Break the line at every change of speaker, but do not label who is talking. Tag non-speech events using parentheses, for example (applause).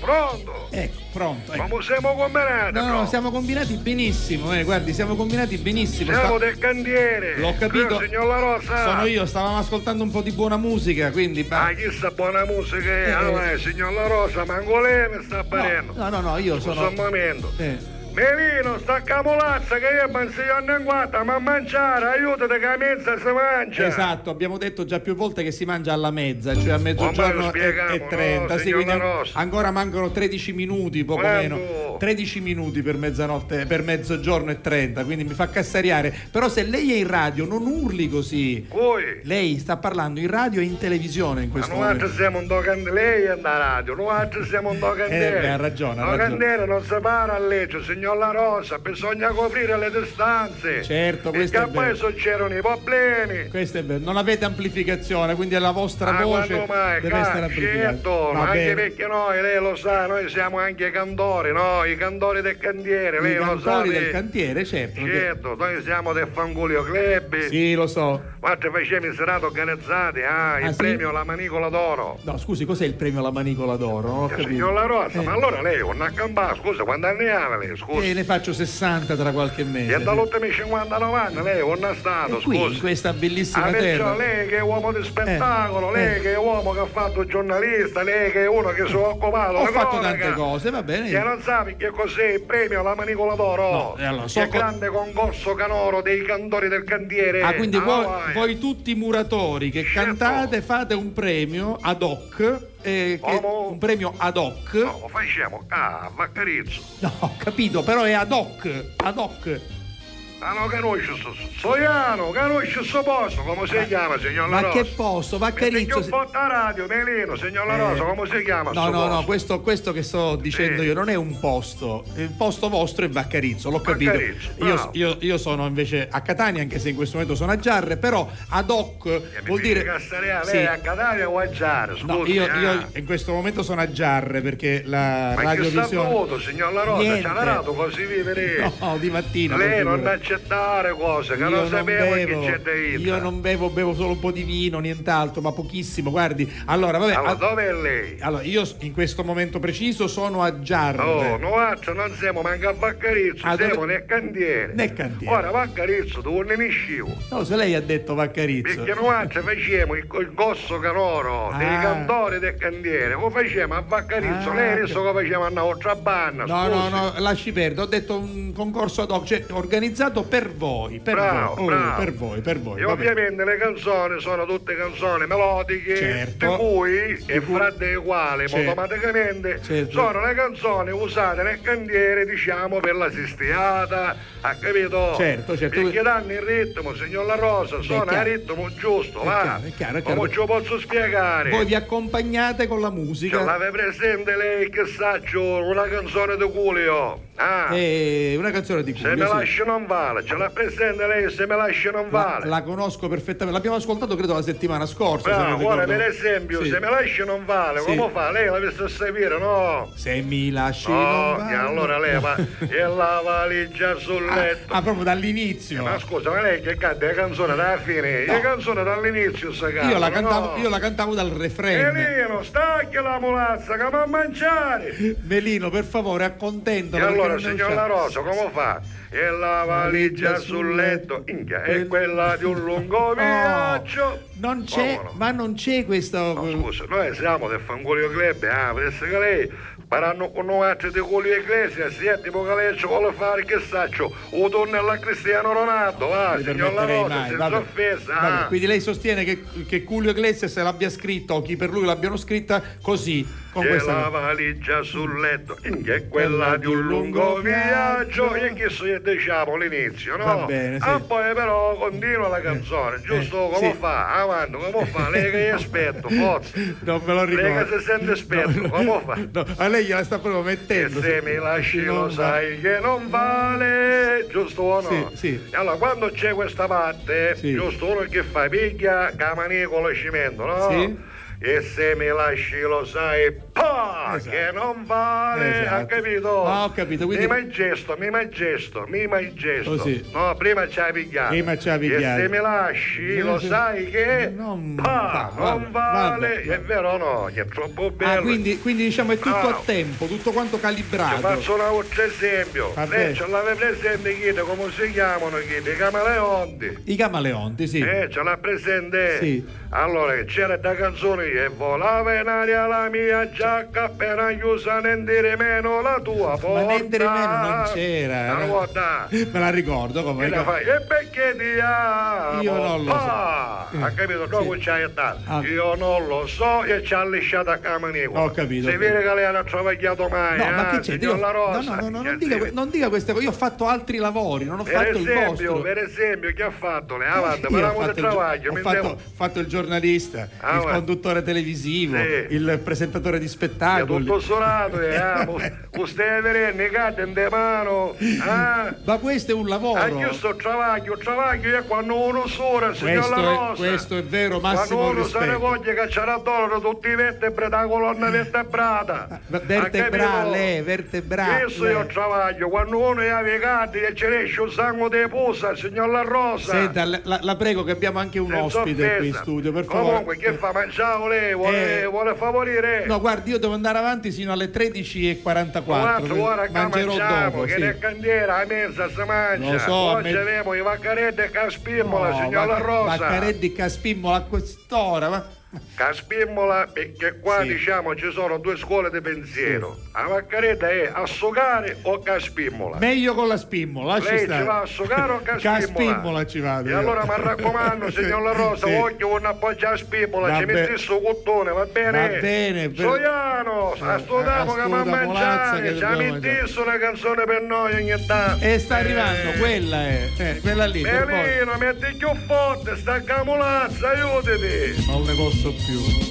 Pronto?
Ecco, pronto. Ecco.
Come siamo combinati?
No, no, siamo combinati benissimo, eh, guardi, siamo combinati benissimo.
Siamo
Sta-
del cantiere.
L'ho capito.
Io, signor La Rossa.
Sono io, stavamo ascoltando un po' di buona musica, quindi... ba-
Ah, chissà buona musica è.
Eh.
Allora, signor La Rossa, Mangolene sta barendo.
no, no, no, io sono...
Un momento.
Eh.
Melino, sta camolazza che io penso anni in guarda, ma a mangiare, aiutate che a mezza si mangia.
Esatto, abbiamo detto già più volte che si mangia alla mezza, cioè a
lo
mezzogiorno
spieghiamo,
e, e 30.
no,
sì,
signor
quindi
La Rosa?
ancora mancano 13 minuti, poco
Quando?
meno. 13 minuti per mezzanotte, per mezzogiorno e 30, quindi mi fa cassariare. Però se lei è in radio, non urli così.
Voi,
Lei sta parlando in radio e in televisione in
ma
questo
noi altri
momento.
siamo un docante, lei è da radio, noi altri siamo un docante.
Eh, beh, ha ragione, ha
Docante non si para a legge, signor La Rosa, bisogna coprire le distanze.
Certo, questo è
Perché
vero.
poi succedono i problemi.
Questo è vero, non avete amplificazione, quindi la vostra
Ah,
voce
quando mai,
deve
ca-
essere amplificata.
certo,
Va
ma anche
bene.
perché noi, lei lo sa, noi siamo anche cantori, no? I cantori del cantiere, lei
I
lo sa.
cantori del
lei-
cantiere, certo. perché-
Certo, noi siamo del Fangulio Club.
Sì, lo so.
Quattro facciamo in serata organizzate, ah, il
Ah, sì?
premio La Manicola d'Oro.
No, scusi, cos'è il premio alla manicola d'oro? Non ho
Eh,
capito.
Signor La Rosa,
Eh.
ma allora lei con una gamba, scusa, quanti anni ha lei, scusa?
Eh, ne faccio 60 tra qualche
E
mese.
dall'8 59 anni lei con una stato,
E qui, in
scusa.
questa bellissima
Ah,
terra.
perciò lei che è uomo di spettacolo,
Eh,
lei
eh.
che è uomo che ha fatto il giornalista, lei che è uno che si è occupato
Ho
della
fatto
cronaca,
tante cose, va bene.
Che non sa che cos'è il premio alla manicola d'oro,
No, e allora, so
che
co-
grande concorso canoro dei cantori del cantiere.
Ah, quindi voi,
vai.
voi tutti i muratori che
Certo.
cantate fate un premio ad hoc, eh, che-
Uomo.
un premio ad hoc.
No, lo facciamo, ah, Vaccarizzo.
No, ho capito, però è ad hoc, ad hoc.
Ah no, conosce so, Soiano, conosce questo posto, come si chiama, signor La
Ma
Rosa?
che posto,
Perché
Vaccarizzo?
un po' a radio, Melino, signor La Rosa, come si chiama
No,
sto
no, no,
posto?
questo, questo che sto dicendo
Sì.
io non è un posto. Il posto vostro è Vaccarizzo, l'ho capito.
Vaccarizzo,
io,
bravo.
io- io sono invece a Catania, anche se in questo momento sono a Giarre, però ad hoc
Eh, mi
vuol
dice
dire.
Castaria,
Sì.
lei è a Catania o a Giara? Scusi,
No, io,
ah.
io in questo momento sono a Giarre perché la
Ma che sta
radiovisione.
voto, signor La Rosa? Ci
Niente.
ha narrato così vivere.
(laughs) No, di mattina.
lei
per
non
favore.
accettare cose, che
Io
non
non,
sapevo che
bevo,
c'è da Ita.
io non bevo, bevo solo un po' di vino, nient'altro, ma pochissimo. Guardi, allora, vabbè,
Allora,
a-
dov'è lei?
allora, io in questo momento preciso sono a Giarre.
Oh, no, altro, non siamo manca a Vaccarizzo,
Ah, dove-
siamo nel cantiere.
Nel cantiere.
Ora Vaccarizzo, tu ne scivo.
No, se lei ha detto Vaccarizzo.
Perché noi altri facciamo il, il gosso canoro dei
Ah.
cantori del cantiere, lo facciamo a Vaccarizzo,
Ah,
lei
ok.
adesso lo facciamo a una altra banna.
No,
scusi.
no, no, lasci perdere. Ho detto un concorso ad hoc, cioè organizzato per voi, per
Bravo,
voi, Oh,
bravo.
per voi, per voi.
E
va bene.
ovviamente le canzoni sono tutte canzoni melodiche,
Certo.
di cui e
Di cui-
fra dei quali
Certo.
automaticamente
Certo.
sono le canzoni usate nel cantiere, diciamo, per la sistiata, ha capito?
Certo, certo.
Perché danno il ritmo, signor La Rosa, sono al
chiaro.
ritmo giusto,
È
va.
chiaro, è chiaro, è
Come
chiaro.
ce lo posso spiegare?
Voi vi accompagnate con la musica.
Ce l'aveva presente lei che saggio una canzone di Culio? Ah,
E una canzone di
se
Curio.
me
sì.
lascia non vale, ce l'ha presente lei se me lascia non
La,
vale.
la conosco perfettamente, l'abbiamo ascoltato credo la settimana scorsa. se non
Bravo, ora
ricordo-
per esempio,
Sì.
se me lasci non vale,
Sì.
come fa? Lei la deve sapere, no?
Se mi lasci.
No,
non vado.
Oh, e allora
(laughs)
lei va e la valigia sul
Ah,
letto.
ah, proprio dall'inizio.
Ma scusa, ma lei che canta la canzone dalla fine?
No.
La canzone dall'inizio si canta.
Io la, cantavo,
no?
io la cantavo dal refrain.
Elino, stacchi la mulazza che va a mangiare.
Melino, per favore, accontento.
E allora, signor La Rosa, come fa? E la valigia sul letto, inchia, è quella di un lungo viaggio.
Oh, Non c'è,
Come no?
ma non c'è questo.
No, scusa, noi siamo del Fangolio Club, ah, presso che lei paranno con noi altri di Colio Ecclesia, si è tipo che lei ci vuole fare che saccio, o donnella Cristiano Ronaldo, va,
mi
signor La
permetterei
Rosa,
mai,
senza
vabbè.
offesa.
Vabbè,
ah.
Quindi lei sostiene che, che Julio Iglesias l'abbia scritta o chi per lui l'abbiano scritta così, con
C'è
questa. Mm.
la valigia sul letto, in che è quella di un lungo viaggio, e che so diciamo l'inizio, no?
Va bene, sì.
Ah, poi però continua la canzone, giusto
eh,
come
sì.
fa? Avanti, come fa? Lei che io aspetto, forza.
Non me lo ricordo.
Lei che si sente aspetto,
No, no,
come fa?
no, a lei gliela sta proprio
E
mettendo.
se mi lasci lo
Non-
sai che non vale, giusto o no?
Sì, sì.
E allora quando c'è questa parte,
Sì.
giusto uno che fa piglia, camanie con lo cimento, no?
Sì.
e se mi lasci lo sai pa,
Esatto.
che non vale,
Esatto.
ha capito?
Ah, ho capito, quindi-
Mi mai gesto, mi mai gesto, mi mai gesto.
Così.
No, prima ci hai pigliato.
Prima ci hai pigliato.
E se mi lasci
Eh,
lo
sì.
sai che
Non
pa,
va,
non
vabbè,
vale,
vabbè.
è vero o no? Che è troppo bello.
Ah, quindi, quindi diciamo è tutto
Bravo.
a tempo, tutto quanto
Ti
calibrato.
faccio un altro esempio.
Ah, Va bene.
Lei ce l'aveva presente, Chite, come si chiamano, Chite? I camaleonti.
I camaleonti, sì.
Eh, ce l'ha presente?
Sì.
Allora, che c'era da canzone che volava in aria la mia giacca appena chiusa, niente di meno la tua porta.
Ma niente di meno non c'era. eh.
Una volta.
Me la ricordo come
E la fai, e perché ti amo?
Io non lo so.
Ah,
Eh,
ha capito? Dopo
sì.
c'hai età.
Ah.
Io non lo so e ci ha lisciato a camanico.
Ho capito,
Se
ho
vede che lei non ha travagliato mai,
No, ma
eh,
che c'è?
signor
Io-
La
no,
Rosa.
no, no, no,
Che
non, dica, que-
dire?
non dica queste cose. Io ho fatto altri lavori, non ho
Per
fatto il
esempio,
vostro. Eh,
per esempio, chi ha fatto? Le avanti,
Io
ma
ho
l'amo del
fatto il gio-
travaglio,
ho
mi
fatto,
devo...
fatto il giornalista,
Ah,
il
vabbè.
conduttore televisivo,
Sì.
il presentatore di
È
spettacoli.
tutto suonato,
(laughs)
eh, amo. Queste verene, cadde in de mano, ah...
Ma questo è un lavoro.
Anche sto travaglio, travaglio è quando uno sola, signor
Questo
La
è-
Rosa.
questo è vero, massimo
Quando uno se ne
rispetto.
voglia cacciare a dollaro tutti i vertebre da colonna vertebrata.
Ah, Ma vertebrale, eh,
Ha capito?
vertebrale.
Questo è il travaglio, quando uno è avvicati e ci esce il sangue di posa, signor La Rosa.
Senta, la, la- la prego che abbiamo anche un
Senza
ospite qui in
offesa.
studio, per favore.
Comunque, che fa? Mangiavo lei, vuole,
Eh.
vuole favorire.
No, guardi, io devo andare avanti sino alle 13.44.
Quattro ore che
mangerò
mangiamo,
dopo.
che
sì.
ne candiera a mezza si mangia.
Lo so, a
Oggi
me-
abbiamo i vaccaretti che spimmola,
No,
signor La
Vac-
Rosa.
Vaccareddi Caspimmo a quest'ora, ma...
Caspimmola perché qua
Sì.
diciamo ci sono due scuole di pensiero. La vaccaretta è assogare o caspimmola.
Meglio con la spimmola, lasci
Lei ci
stare.
va a sugare
(laughs)
o caspimmola?
Caspimmola ci vado.
E
io.
allora mi
(laughs)
raccomando,
Sì,
signor La Rosa,
sì.
voglio un appoggio a spimmola,
Va
ci
be-
metti su cottone, va bene?
Va bene, per-
Soiano, a sto tempo che mi ha
astuta polazza che
mangiato, ci ha
dobbiamo mangiare.
messo una canzone per noi ogni tanto.
E sta arrivando,
Eh.
quella è, eh, quella lì, per forza.
Melino, metti più forte, sta camulazza, aiutami!
Non ne posso più.